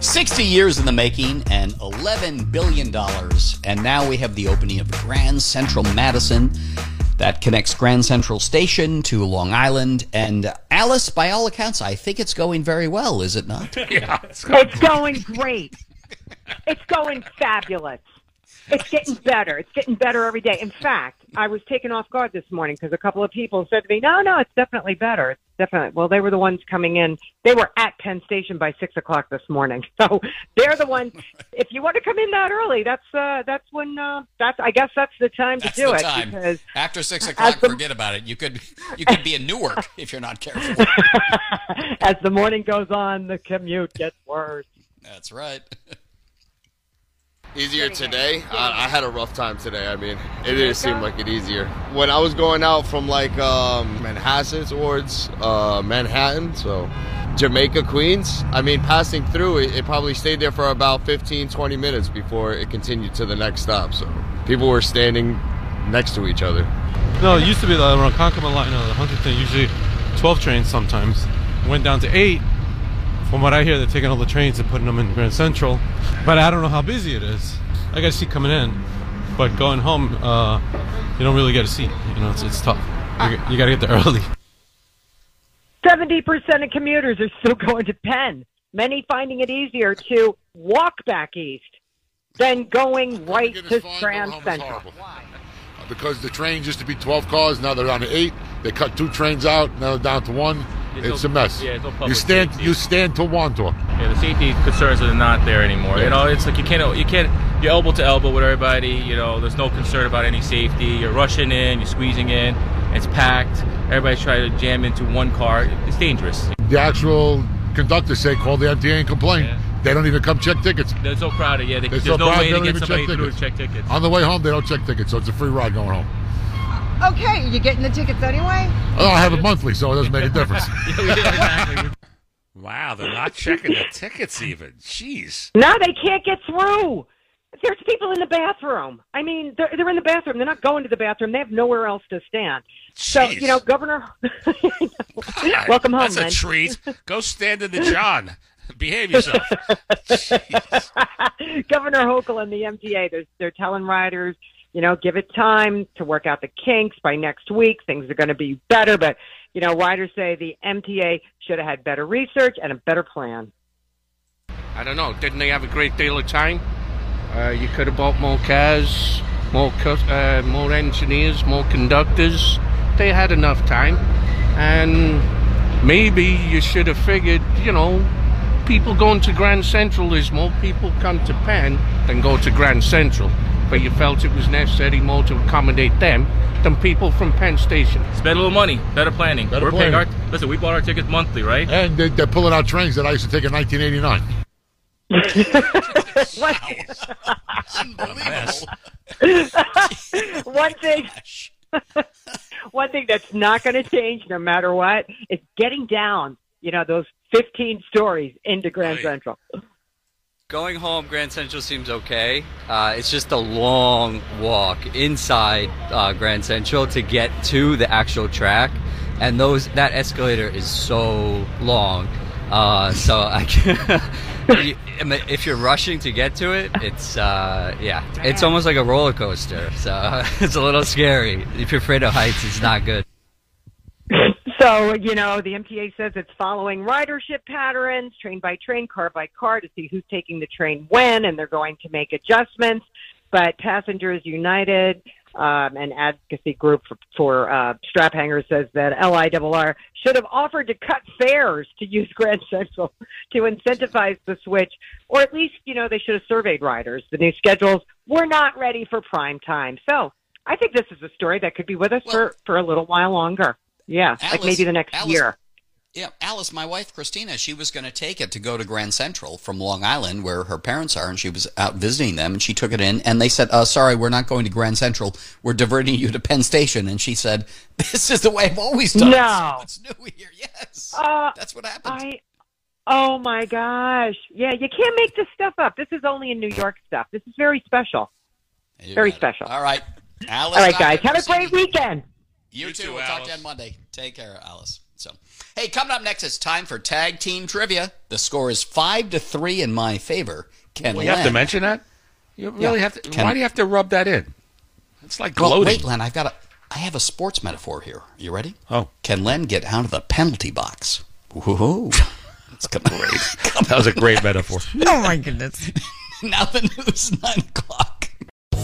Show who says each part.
Speaker 1: 60 years in the making and $11 billion. And now we have the opening of Grand Central Madison that connects Grand Central Station to Long Island. And Alice, by all accounts, I think it's going very well, is it not?
Speaker 2: It's going great. It's going fabulous. It's getting better. It's getting better every day. In fact, I was taken off guard this morning because a couple of people said to me, "No, no, it's definitely better. It's definitely." Well, they were the ones coming in. They were at Penn Station by six o'clock this morning, so they're the ones. If you want to come in that early, that's uh, that's when uh, that's I guess that's the time
Speaker 1: That's
Speaker 2: to do
Speaker 1: the
Speaker 2: it
Speaker 1: time.
Speaker 2: because
Speaker 1: After six o'clock,
Speaker 2: the-
Speaker 1: forget about it. You could you could be in Newark if you're not careful.
Speaker 2: as the morning goes on, the commute gets worse.
Speaker 1: That's right.
Speaker 3: easier today. I, I had a rough time today. I mean, it didn't seem like it easier. When I was going out from like um, Manhasset towards uh, Manhattan, so Jamaica, Queens, I mean, passing through, it, it probably stayed there for about 15, 20 minutes before it continued to the next stop. So people were standing next to each other.
Speaker 4: No, it used to be the Ronkonkoma line, no, uh, the Huntington, usually 12 trains sometimes. Went down to 8. From what I hear, they're taking all the trains and putting them in Grand Central. But I don't know how busy it is. I got a seat coming in, but going home, uh, you don't really get a seat. You know, it's, it's tough.
Speaker 5: Ah.
Speaker 4: You, you got to get there early.
Speaker 2: Seventy percent of commuters are still going to Penn. Many finding it easier to walk back east than going right to Grand Central.
Speaker 3: Uh,
Speaker 6: Because the trains used to be 12 cars, now they're down to eight. They cut two trains out, now they're down to one.
Speaker 4: It's
Speaker 6: It's,
Speaker 4: no-
Speaker 6: a mess.
Speaker 4: yeah, it's no
Speaker 6: you
Speaker 4: public
Speaker 6: stand,
Speaker 4: safety.
Speaker 6: you stand to one to.
Speaker 7: Yeah, the safety concerns are not there anymore. You know, it's like you can't, you can't, you're elbow to elbow with everybody. You know, there's no concern about any safety. You're rushing in, you're squeezing in, it's packed. Everybody's trying to jam into one car. It's dangerous.
Speaker 6: The actual conductors say call the MTA and complain. They don't even come check tickets.
Speaker 7: They're so crowded. Yeah, they,
Speaker 6: They're
Speaker 7: there's
Speaker 6: so
Speaker 7: no
Speaker 6: proud
Speaker 7: way
Speaker 6: they
Speaker 7: to
Speaker 6: don't
Speaker 7: get
Speaker 6: even
Speaker 7: somebody
Speaker 6: check
Speaker 7: through to
Speaker 6: tickets.
Speaker 7: check tickets.
Speaker 6: On the way home, they don't check tickets, so it's a free ride going home.
Speaker 8: Okay, you getting the tickets anyway?
Speaker 6: Oh, I have it monthly, so it doesn't make a difference.
Speaker 5: Wow, they're not checking the tickets even. Jeez.
Speaker 2: No, they can't get through. There's people in the bathroom. I mean, they're, they're in the bathroom. They're not going to the bathroom. They have nowhere else to stand. So, you know, Governor, welcome home,
Speaker 5: That's
Speaker 2: Lynn.
Speaker 5: a treat. Go stand in the John. Behave yourself.
Speaker 2: Governor Hochul and the MTA, they're, they're telling riders, you know, give it time to work out the kinks by next week. Things are going to be better. But, you know, riders say the MTA should have had better research and a better plan.
Speaker 9: I don't know. Didn't they have a great deal of time? Uh, you could have bought more cars, more cus- uh, more engineers, more conductors. They had enough time, and maybe you should have figured. You know, people going to Grand Central is more people come to Penn than go to Grand Central. But you felt it was necessary more to accommodate them than people from Penn Station.
Speaker 7: Spend a little money, better planning.
Speaker 6: Better
Speaker 7: We're paying our,
Speaker 6: planning.
Speaker 7: listen, we bought our tickets monthly, right?
Speaker 6: And they, they're pulling out trains that I used to take in 1989.
Speaker 2: one thing, one thing that's not going to change no matter what is getting down. You know those fifteen stories into Grand Central.
Speaker 10: Going home, Grand Central seems okay. Uh, it's just a long walk inside uh, Grand Central to get to the actual track, and those that escalator is so long. Uh, so I can, you- I mean, if you're rushing to get to it, it's uh, yeah, it's almost like a roller coaster. So it's a little scary. If you're afraid of heights, it's not good.
Speaker 2: So you know the MTA says it's following ridership patterns, train by train, car by car, to see who's taking the train when, and they're going to make adjustments. But Passengers United, um, an advocacy group for, for uh, strap hangers, says that LIRR should have offered to cut fares to use Grand Central to incentivize the switch, or at least, you know, they should have surveyed riders. The new schedules were not ready for prime time. So I think this is a story that could be with us for, for a little while longer. Yeah, like
Speaker 1: Alice-
Speaker 2: maybe the next
Speaker 1: Alice-
Speaker 2: year.
Speaker 1: Yeah, Alice, my wife Christina, she was going to take it to go to Grand Central from Long Island, where her parents are, and she was out visiting them, and she took it in, and they said, uh, "Sorry, we're not going to Grand Central. We're diverting you to Penn Station." And she said, "This is the way I've always done." it."
Speaker 2: No.
Speaker 1: It's new here. Yes.
Speaker 2: That's what happened. I, oh my gosh. Yeah, you can't make this stuff up. This is only in New York stuff. This is very special.
Speaker 1: You
Speaker 2: Very
Speaker 1: got it.
Speaker 2: special.
Speaker 1: All right, Alice.
Speaker 2: All right,
Speaker 1: Dr.
Speaker 2: guys. Have a great weekend.
Speaker 1: You, too. We'll talk to you on Monday. Take care, Alice. So, hey, coming up next, it's time for tag team trivia. The score is five to three in my favor. Ken,
Speaker 5: Well, you have to
Speaker 1: Len-
Speaker 5: mention that? You really have to.
Speaker 1: Ken-
Speaker 5: why do you have to rub that in? It's like
Speaker 1: Well,
Speaker 5: gloating.
Speaker 1: wait, Len, I've got a. I have a sports metaphor here. You ready?
Speaker 5: Oh.
Speaker 1: Can Len get out of the penalty box? Whoa. That's great.
Speaker 5: that was a great metaphor.
Speaker 1: oh my goodness. now the news nine o'clock.